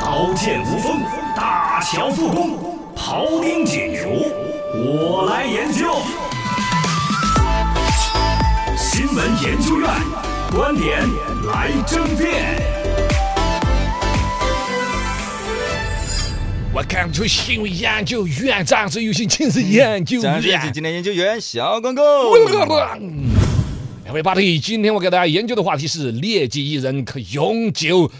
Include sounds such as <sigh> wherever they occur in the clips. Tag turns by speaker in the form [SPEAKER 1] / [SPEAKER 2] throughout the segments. [SPEAKER 1] 刀剑无锋，大乔复工，庖丁解牛，我来研究。新闻研究院观点来争辩。
[SPEAKER 2] 我看出新闻研究院长是有心亲自研
[SPEAKER 3] <laughs>
[SPEAKER 2] 究
[SPEAKER 3] 嗯咱是
[SPEAKER 2] 院。
[SPEAKER 3] 今天研究员小
[SPEAKER 2] <laughs>
[SPEAKER 3] 光狗。
[SPEAKER 2] 两位巴蒂，今天我给大家研究的话题是劣迹艺人可永久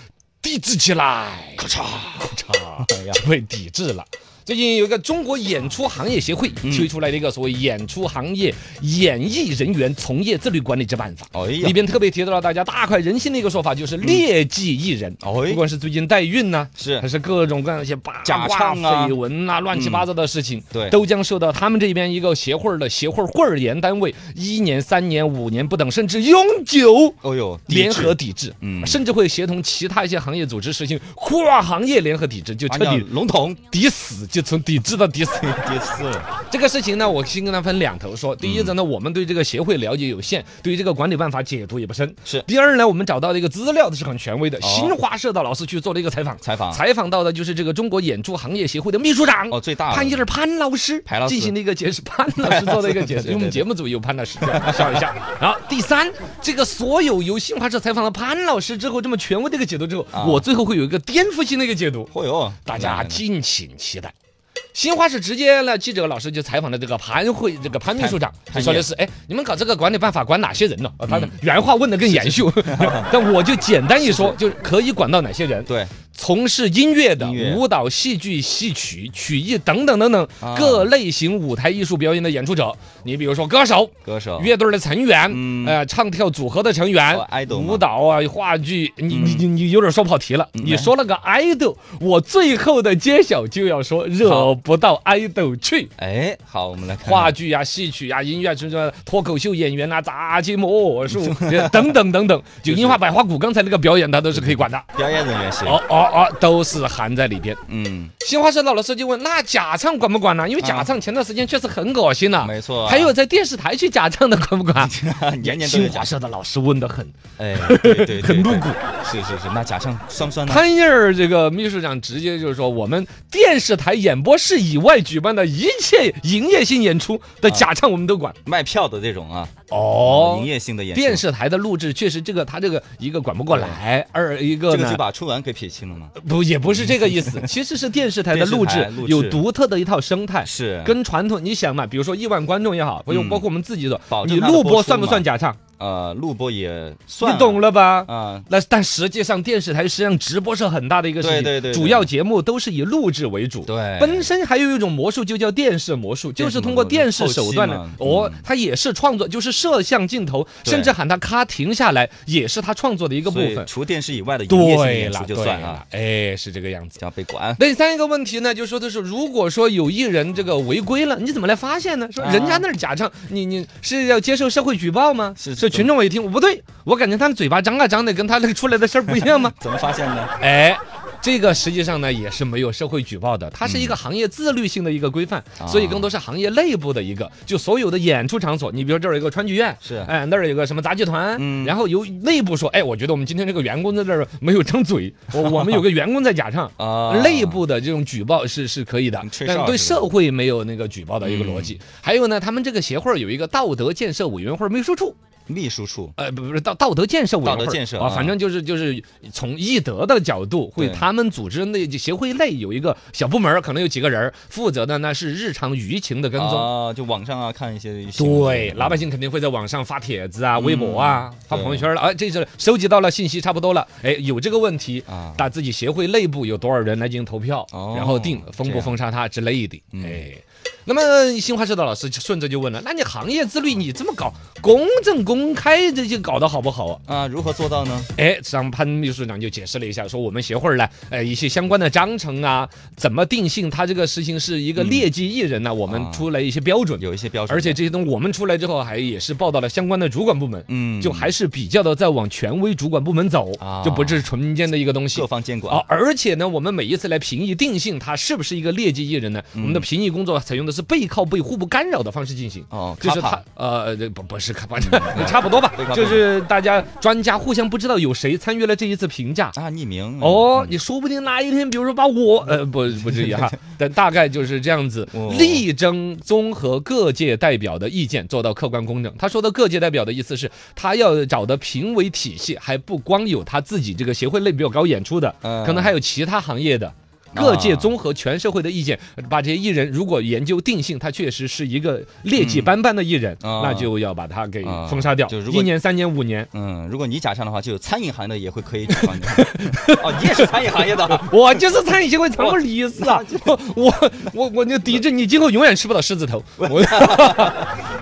[SPEAKER 2] 抵制起来。咔嚓咔
[SPEAKER 3] 哎
[SPEAKER 2] 嚓，就被抵制了。最近有一个中国演出行业协会
[SPEAKER 3] 嗯
[SPEAKER 2] 推出来的一个所谓《演出行业演艺人员从业自律管理之办法》，
[SPEAKER 3] 哎呀
[SPEAKER 2] 里边特别提到了大家大快人心的一个说法，就是劣迹艺人，
[SPEAKER 3] 哎
[SPEAKER 2] 不管是最近代孕呐，
[SPEAKER 3] 是
[SPEAKER 2] 还是各种各样的一些八
[SPEAKER 3] 假
[SPEAKER 2] 卦、
[SPEAKER 3] 唱啊嗯
[SPEAKER 2] 绯闻啊、乱七八糟的事情，
[SPEAKER 3] 对
[SPEAKER 2] 都将受到他们这边一个协会的协会会儿研单位一年、三年、五年不等，甚至永久。
[SPEAKER 3] 哦呦，抵制
[SPEAKER 2] 联合抵制，
[SPEAKER 3] 嗯
[SPEAKER 2] 甚至会协同其他一些行业组织实行跨行业联合抵制，就彻
[SPEAKER 3] 哎呀
[SPEAKER 2] 底
[SPEAKER 3] 笼统，
[SPEAKER 2] 抵死，就从抵制到抵死。
[SPEAKER 3] 第哎四了。
[SPEAKER 2] 这个事情呢，我先跟他分两头说。第一层呢，我们对这个协会了解有限，对于这个管理办法解读也不深。
[SPEAKER 3] 是哦
[SPEAKER 2] 第二呢，我们找到的一个资料是很权威的，新华社的老师去做了一个采访，
[SPEAKER 3] 采访
[SPEAKER 2] 采访到的就是这个中国演出行业协会的秘书长
[SPEAKER 3] 哦最大的
[SPEAKER 2] 潘一儿潘老师，
[SPEAKER 3] 潘老师
[SPEAKER 2] 进行了一个解释，潘老师做了一个解释，
[SPEAKER 3] <laughs>
[SPEAKER 2] 因
[SPEAKER 3] 对对对
[SPEAKER 2] 为我们节目组有潘老师，笑一下。然后第三，这个所有由新华社采访了潘老师之后，这么权威的一个解读之后，
[SPEAKER 3] 啊
[SPEAKER 2] 我最后会有一个颠覆性的一个解读。
[SPEAKER 3] 嚯哟，
[SPEAKER 2] 大
[SPEAKER 3] 来
[SPEAKER 2] 家
[SPEAKER 3] 来来
[SPEAKER 2] 敬请期待。新华社直接呢，记者老师就采访了这个潘会这个潘秘书长，
[SPEAKER 3] 潘嗯
[SPEAKER 2] 就说的是，哎，你们搞这个管理办法管哪些人呢？呃他的原话问的更严
[SPEAKER 3] <laughs>
[SPEAKER 2] 肃， <laughs> 但我就简单一说，就是可以管到哪些人。
[SPEAKER 3] 对，
[SPEAKER 2] 从事音乐的
[SPEAKER 3] 音乐、
[SPEAKER 2] 舞蹈、戏剧、戏曲、曲艺等等等等
[SPEAKER 3] 啊
[SPEAKER 2] 各类型舞台艺术表演的演出者，你比如说歌手、
[SPEAKER 3] 歌手
[SPEAKER 2] 乐队的成员，
[SPEAKER 3] 嗯
[SPEAKER 2] 呃，唱跳组合的成员
[SPEAKER 3] 哦，idol，嘛嗯
[SPEAKER 2] 舞蹈啊，话剧，你你你你有点说跑题了。你说了个 idol，我最后的揭晓就要说惹不到 idol 去。
[SPEAKER 3] 哎，好，我们来看
[SPEAKER 2] 话剧呀、戏曲呀、音乐，什么脱口秀演员呐、啊杂技魔
[SPEAKER 3] <laughs>
[SPEAKER 2] 术等等等等，就樱花百花谷刚才那个表演，他都是可以管的。
[SPEAKER 3] 表演人员是，
[SPEAKER 2] 哦哦哦，都是含在里边。 <laughs>
[SPEAKER 3] 嗯，
[SPEAKER 2] 新华社老师就问：“那假唱管不管呢？因为假唱前段时间确实很恶心呐、
[SPEAKER 3] 啊没错啊
[SPEAKER 2] 还有在电视台去假唱的管不
[SPEAKER 3] <laughs>
[SPEAKER 2] 管？
[SPEAKER 3] 年年都有
[SPEAKER 2] 新
[SPEAKER 3] 假
[SPEAKER 2] 华，社的老师问得很。
[SPEAKER 3] 哎，
[SPEAKER 2] <laughs>
[SPEAKER 3] 对对对，
[SPEAKER 2] 很露
[SPEAKER 3] 骨，是是是，那假唱酸不酸呢？
[SPEAKER 2] 潘燕儿这个秘书长直接就是说，我们电视台演播室以外举办的一切营业性演出的假唱，我们都管。
[SPEAKER 3] 卖票的这种啊，营
[SPEAKER 2] 哦，
[SPEAKER 3] 业性的演出
[SPEAKER 2] 电视台的录制确实这个他这个一个管不过来，二一个
[SPEAKER 3] 这个
[SPEAKER 2] 呢
[SPEAKER 3] 就把春晚给撇清了吗？
[SPEAKER 2] 不也不是这个意
[SPEAKER 3] <laughs>
[SPEAKER 2] 思，其实是电视台的录制
[SPEAKER 3] 电视台录制
[SPEAKER 2] 有独特的一套生态。
[SPEAKER 3] 是
[SPEAKER 2] 呃跟传统，你想嘛，比如说亿万观众也好，或者
[SPEAKER 3] 嗯
[SPEAKER 2] 包括我们自己的
[SPEAKER 3] 保，证
[SPEAKER 2] 你
[SPEAKER 3] 它的
[SPEAKER 2] 录
[SPEAKER 3] 播
[SPEAKER 2] 播
[SPEAKER 3] 出
[SPEAKER 2] 算不
[SPEAKER 3] 嘛
[SPEAKER 2] 算假唱？
[SPEAKER 3] 呃，录播也算，
[SPEAKER 2] 你懂
[SPEAKER 3] 了
[SPEAKER 2] 了吧？
[SPEAKER 3] 啊，
[SPEAKER 2] 那但实际上，电视台实际上直播是很大的一个事情，
[SPEAKER 3] 对对对对
[SPEAKER 2] 主要节目都是以录制为主。
[SPEAKER 3] 对
[SPEAKER 2] 本身还有一种魔术，就叫电视魔术，就
[SPEAKER 3] 电视
[SPEAKER 2] 是通过
[SPEAKER 3] 魔术
[SPEAKER 2] 电视
[SPEAKER 3] 后期
[SPEAKER 2] 手段呢
[SPEAKER 3] 嘛，嗯
[SPEAKER 2] 哦，它也是创作，就是摄像镜头，
[SPEAKER 3] 对
[SPEAKER 2] 甚至喊它咔停下来，也是他创作的一个部
[SPEAKER 3] 所以
[SPEAKER 2] 分。
[SPEAKER 3] 除电视以外的营业性
[SPEAKER 2] 对
[SPEAKER 3] 演
[SPEAKER 2] 了
[SPEAKER 3] 出，就
[SPEAKER 2] 对
[SPEAKER 3] 算啊
[SPEAKER 2] 了，，哎，是这个样子。
[SPEAKER 3] 这样被管。
[SPEAKER 2] 第三一个问题呢，就说的是，如果说有艺人这个违规了，你怎么来发现呢？说人家那儿假唱，你你是要接受社会举报吗？
[SPEAKER 3] 啊是
[SPEAKER 2] 所以群众我一听，我不对，我感觉他的嘴巴张啊张的，跟他那个出来的事儿不一样吗？
[SPEAKER 3] 怎么发现呢？
[SPEAKER 2] <laughs> 哎。这个实际上呢也是没有社会举报的，它是一个行业自律性的一个规范，
[SPEAKER 3] 啊
[SPEAKER 2] 所以更多是行业内部的一个，就所有的演出场所，你比如这儿有一个川剧院，
[SPEAKER 3] 是
[SPEAKER 2] 哎那儿有个什么杂技团，
[SPEAKER 3] 嗯，
[SPEAKER 2] 然后由内部说，哎，我觉得我们今天这个员工在这儿没有张嘴，我我们有个员工在假唱
[SPEAKER 3] 啊
[SPEAKER 2] 内部的这种举报是是可以的
[SPEAKER 3] 你，吹哨
[SPEAKER 2] 但对
[SPEAKER 3] 是吧嗯
[SPEAKER 2] 社会没有那个举报的一个逻辑。还有呢，他们这个协会儿有一个道德建设委员会秘书处，
[SPEAKER 3] 秘书处
[SPEAKER 2] 呃，不不是道道德建设委员会
[SPEAKER 3] 道德建设
[SPEAKER 2] 啊，
[SPEAKER 3] 啊
[SPEAKER 2] 反正就是就是从义德的角度，会
[SPEAKER 3] 对
[SPEAKER 2] 他们组织内协会内有一个小部门儿，可能有几个人儿负责的呢是日常舆情的跟踪。
[SPEAKER 3] 啊，就网上啊看一些新闻
[SPEAKER 2] 对，老百姓肯定会在网上发帖子啊、微博啊、发
[SPEAKER 3] 嗯对
[SPEAKER 2] 朋友圈了。哎，这是收集到了信息，差不多了。哎，有这个问题
[SPEAKER 3] 啊
[SPEAKER 2] 打自己协会内部有多少人来进行投票，
[SPEAKER 3] 哦
[SPEAKER 2] 然后定封
[SPEAKER 3] 这
[SPEAKER 2] 不
[SPEAKER 3] 样嗯
[SPEAKER 2] 封杀他之类的。哎，那么新华社的老师就顺着就问了：那你行业自律你这么搞，公正公开这些搞得好不好啊？
[SPEAKER 3] 啊，如何做到呢？
[SPEAKER 2] 哎，让潘秘书长就解释了一下，说我们协会呢，呃，一些相关的章程啊，怎么定性他这个事情是一个劣迹艺人呢、我们
[SPEAKER 3] 嗯啊
[SPEAKER 2] 出来一些标准。
[SPEAKER 3] 有一些标准，
[SPEAKER 2] 而且这些东西我们出来之后，还也是报道了相关的主管部门，
[SPEAKER 3] 嗯
[SPEAKER 2] 就还是比较的在往权威主管部门走，
[SPEAKER 3] 啊
[SPEAKER 2] 就不是纯民间的一个东西
[SPEAKER 3] 各。方监管
[SPEAKER 2] 哦啊，而且呢，我们每一次来评议定性，他是不是一个劣迹艺人呢？我们的评议工作采用的是背靠背、互不干扰的方式进行。
[SPEAKER 3] 哦，
[SPEAKER 2] 就是
[SPEAKER 3] 卡
[SPEAKER 2] 他
[SPEAKER 3] 帕
[SPEAKER 2] 呃这不不是卡巴， <laughs> 差不多吧
[SPEAKER 3] 对卡，巴
[SPEAKER 2] 就是大家专家互相不知道有谁参与了这一次评价。
[SPEAKER 3] 啊，匿名
[SPEAKER 2] 哦，你说不定哪一天，比如说把我，呃，不，不至于哈，
[SPEAKER 3] <laughs>
[SPEAKER 2] 但大概就是这样子
[SPEAKER 3] 哦，
[SPEAKER 2] 力争综合各界代表的意见，做到客观公正。他说的各界代表的意思是，他要找的评委体系还不光有他自己这个协会类比较高演出的，
[SPEAKER 3] 嗯啊
[SPEAKER 2] 可能还有其他行业的。各界综合全社会的意见，把这些艺人如果研究定性，他确实是一个劣迹斑斑的艺人，
[SPEAKER 3] 嗯啊
[SPEAKER 2] 那就要把他给
[SPEAKER 3] 啊
[SPEAKER 2] 封杀掉
[SPEAKER 3] 就，如果
[SPEAKER 2] 一年、三年、五年。
[SPEAKER 3] 嗯，如果你假唱的话，就有餐饮行业的也会可以假
[SPEAKER 2] <laughs>
[SPEAKER 3] 唱你。哦，你也是餐饮行业的，
[SPEAKER 2] 我就是餐饮协会常务理事
[SPEAKER 3] <laughs>
[SPEAKER 2] 啊！我我我我就抵制你，今后永远吃不到狮子
[SPEAKER 3] <laughs>
[SPEAKER 2] 头。我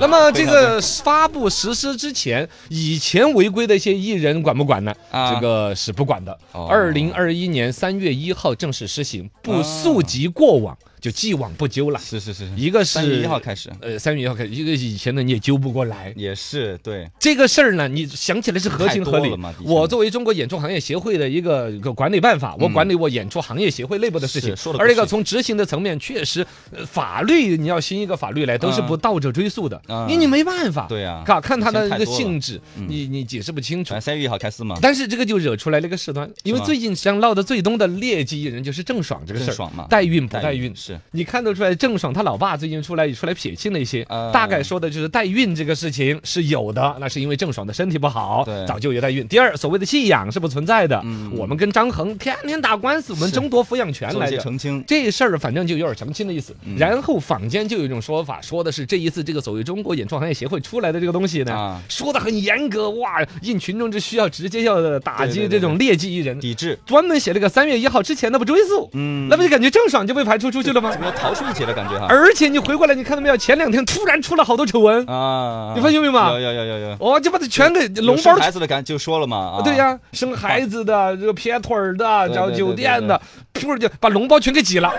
[SPEAKER 2] 那么这个发布实施之前，以前违规的一些艺人管不管呢？
[SPEAKER 3] 啊
[SPEAKER 2] 这个是不管的。
[SPEAKER 3] 哦啊
[SPEAKER 2] 二零二一年三月一号正式施行，不溯及过往，就既往不咎了。
[SPEAKER 3] 是是是，
[SPEAKER 2] 一个
[SPEAKER 3] 三月
[SPEAKER 2] 是
[SPEAKER 3] 一号开始
[SPEAKER 2] 呃，三月一号开始，一个以前的你也揪不过来。
[SPEAKER 3] 也是对，
[SPEAKER 2] 这个事儿呢，你想起来是合情合
[SPEAKER 3] 太多
[SPEAKER 2] 理
[SPEAKER 3] 了嘛。的确
[SPEAKER 2] 我作为中国演出行业协会的一个一个管理办法，我管理我演出行业协会内部的事情
[SPEAKER 3] 嗯是说。得
[SPEAKER 2] 而
[SPEAKER 3] 过
[SPEAKER 2] 这
[SPEAKER 3] 去
[SPEAKER 2] 个从执行的层面，确实，呃法律你要新一个法律来，都是不倒着追溯的
[SPEAKER 3] 嗯，
[SPEAKER 2] 你你没办法。
[SPEAKER 3] 对啊
[SPEAKER 2] 看看它的
[SPEAKER 3] 以前
[SPEAKER 2] 一
[SPEAKER 3] 太
[SPEAKER 2] 个
[SPEAKER 3] 多了嗯
[SPEAKER 2] 性质，你你解释不清楚
[SPEAKER 3] 反正。啊三月一号开始嘛，
[SPEAKER 2] 但是这个就惹出来了一个事端，因为
[SPEAKER 3] 是吗
[SPEAKER 2] 最近像闹得最多的劣迹艺人就是郑爽这个事
[SPEAKER 3] 郑
[SPEAKER 2] 儿
[SPEAKER 3] 爽嘛，
[SPEAKER 2] 代孕不代孕？
[SPEAKER 3] 是
[SPEAKER 2] 你看得出来，郑爽她老爸最近出来也出来撇清了一些，
[SPEAKER 3] 呃
[SPEAKER 2] 大概说的就是代孕这个事情是有的，那是因为郑爽的身体不好
[SPEAKER 3] 对，嗯
[SPEAKER 2] 早就有代孕。第二，所谓的弃养是不存在的，我们跟张恒天天打官司，我们争夺抚养权
[SPEAKER 3] 做
[SPEAKER 2] 来
[SPEAKER 3] 一些
[SPEAKER 2] 的。
[SPEAKER 3] 澄清，嗯
[SPEAKER 2] 这事儿反正就有点澄清的意思，然后坊间就有一种说法，说的是这一次这个所谓中国演创行业协会出来的这个东西呢，
[SPEAKER 3] 啊
[SPEAKER 2] 说的很严格，哇，应群众之需要，直接要打
[SPEAKER 3] 对
[SPEAKER 2] 击
[SPEAKER 3] 对
[SPEAKER 2] 这
[SPEAKER 3] 对
[SPEAKER 2] 种劣迹艺人，
[SPEAKER 3] 抵制，
[SPEAKER 2] 专门写了个三月一号之前的不追溯，
[SPEAKER 3] 嗯，
[SPEAKER 2] 那不就感觉郑爽就被排除出去了吗
[SPEAKER 3] 怎？么要逃出一劫的感觉哈？
[SPEAKER 2] 而且你回过来，你看到没有？前两天突然出了好多丑闻，
[SPEAKER 3] 啊，
[SPEAKER 2] 你发现没有嘛
[SPEAKER 3] 有有有有有，
[SPEAKER 2] 哦，就把它全给
[SPEAKER 3] 有
[SPEAKER 2] 笼
[SPEAKER 3] 生
[SPEAKER 2] 包起
[SPEAKER 3] 孩。子的感就说了嘛，啊
[SPEAKER 2] 对、呀、生孩子的，这个撇腿儿的，
[SPEAKER 3] 对
[SPEAKER 2] 然后
[SPEAKER 3] 对
[SPEAKER 2] 酒
[SPEAKER 3] 对对
[SPEAKER 2] 店
[SPEAKER 3] 对
[SPEAKER 2] 的，噗就把笼包全给挤
[SPEAKER 3] <laughs>
[SPEAKER 2] 了。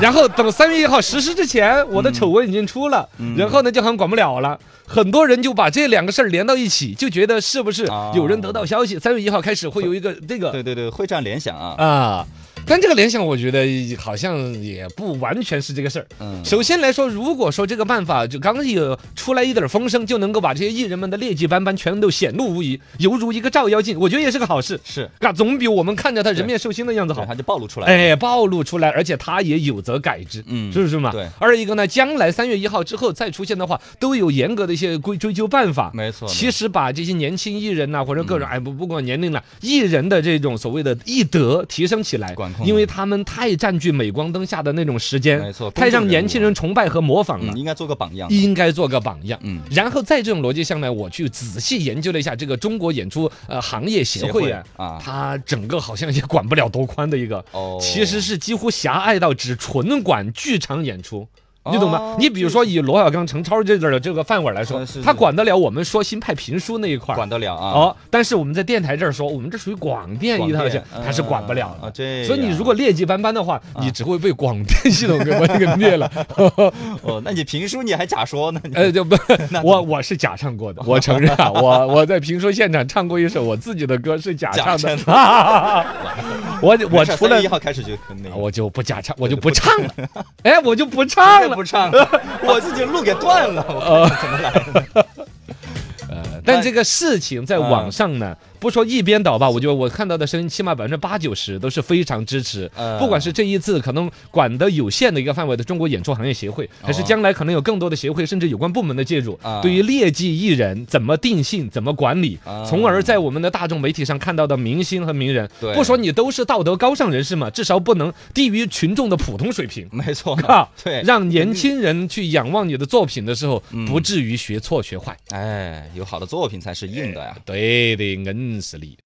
[SPEAKER 2] 然后等三月一号实施之前，我的丑闻已经出了，
[SPEAKER 3] 嗯
[SPEAKER 2] 然后呢就好像管不了了。很多人就把这两个事儿连到一起，就觉得是不是
[SPEAKER 3] 啊
[SPEAKER 2] 有人得到消息，三月一号开始会有一个这个
[SPEAKER 3] 对对对，会这样联想啊，
[SPEAKER 2] 啊？但这个联想，我觉得好像也不完全是这个事儿。
[SPEAKER 3] 嗯，
[SPEAKER 2] 首先来说，如果说这个办法就刚有出来一点风声，就能够把这些艺人们的劣迹斑斑全都显露无遗，犹如一个照妖镜，我觉得也是个好事，
[SPEAKER 3] 是，
[SPEAKER 2] 啊，总比我们看着他人面兽心的样子
[SPEAKER 3] 对，
[SPEAKER 2] 好。
[SPEAKER 3] 他就暴露出来了，
[SPEAKER 2] 哎，暴露出来，而且他也有则改之，
[SPEAKER 3] 嗯
[SPEAKER 2] 是不是嘛？
[SPEAKER 3] 对
[SPEAKER 2] 二一个呢，将来三月一号之后再出现的话，都有严格的一些规追究办法。
[SPEAKER 3] 没错，嗯
[SPEAKER 2] 其实把这些年轻艺人呐、或者各种哎不不管年龄了，艺人的这种所谓的艺德提升起来
[SPEAKER 3] 管，控
[SPEAKER 2] 因为他们太占据镁光灯下的那种时间，
[SPEAKER 3] 没错
[SPEAKER 2] 太让
[SPEAKER 3] 公众人物
[SPEAKER 2] 年轻人崇拜和模仿了
[SPEAKER 3] 嗯，。应该做个榜样，
[SPEAKER 2] 应该做个榜样，
[SPEAKER 3] 嗯
[SPEAKER 2] 然后在这种逻辑下呢，我去仔细研究了一下这个中国演出呃行业协会啊
[SPEAKER 3] 协，会啊
[SPEAKER 2] 它整个好像也管不了多宽的一个，
[SPEAKER 3] 哦
[SPEAKER 2] 其实是几乎狭隘到只纯管剧场演出。你懂吗
[SPEAKER 3] 哦？
[SPEAKER 2] 你比如说以罗小刚、程超这种的这个饭碗来说
[SPEAKER 3] 嗯是是，是
[SPEAKER 2] 他管得了我们说新派评书那一块儿
[SPEAKER 3] 管得了啊，
[SPEAKER 2] 哦，但是我们在电台这儿说，我们这属于广电一套
[SPEAKER 3] 广
[SPEAKER 2] 线
[SPEAKER 3] 电，
[SPEAKER 2] 他是管不了
[SPEAKER 3] 啊
[SPEAKER 2] 的。
[SPEAKER 3] 这啊
[SPEAKER 2] 所以你
[SPEAKER 3] 样
[SPEAKER 2] 如果劣迹斑斑的话，你只会被广电系统给给 <laughs> 灭了。
[SPEAKER 3] 哦，那你评书你还假说呢？你
[SPEAKER 2] <laughs> 呃，就不，我我是假唱过的，我承认啊，我我在评书现场唱过一首我自己的歌，是假唱的
[SPEAKER 3] 假。
[SPEAKER 2] <laughs> 我我
[SPEAKER 3] 没事
[SPEAKER 2] 除了
[SPEAKER 3] 3月一号开始就很那个，
[SPEAKER 2] 我就不假唱，我就不唱了。哎，我就不唱
[SPEAKER 3] 再
[SPEAKER 2] 了呃
[SPEAKER 3] 不。唱了，我自己路给断了，我怎么来的？
[SPEAKER 2] 但这个事情在网上呢，不说一边倒吧，我觉得我看到的声音，起码百分之八九十都是非常支持
[SPEAKER 3] 嗯。
[SPEAKER 2] 不管是这一次可能管得有限的一个范围的中国演出行业协会，还是将来可能有更多的协会甚至有关部门的介入
[SPEAKER 3] 哦啊，
[SPEAKER 2] 对于劣迹艺人怎么定性、怎么管理
[SPEAKER 3] 啊，
[SPEAKER 2] 从而在我们的大众媒体上看到的明星和名人，
[SPEAKER 3] 对
[SPEAKER 2] 不说你都是道德高尚人士嘛，至少不能低于群众的普通水平。
[SPEAKER 3] 没错
[SPEAKER 2] 啊，，
[SPEAKER 3] 对，嗯
[SPEAKER 2] 让年轻人去仰望你的作品的时候，不至于学错学坏。
[SPEAKER 3] 哎，有好的作品才是硬的呀。
[SPEAKER 2] 对的，硬实力。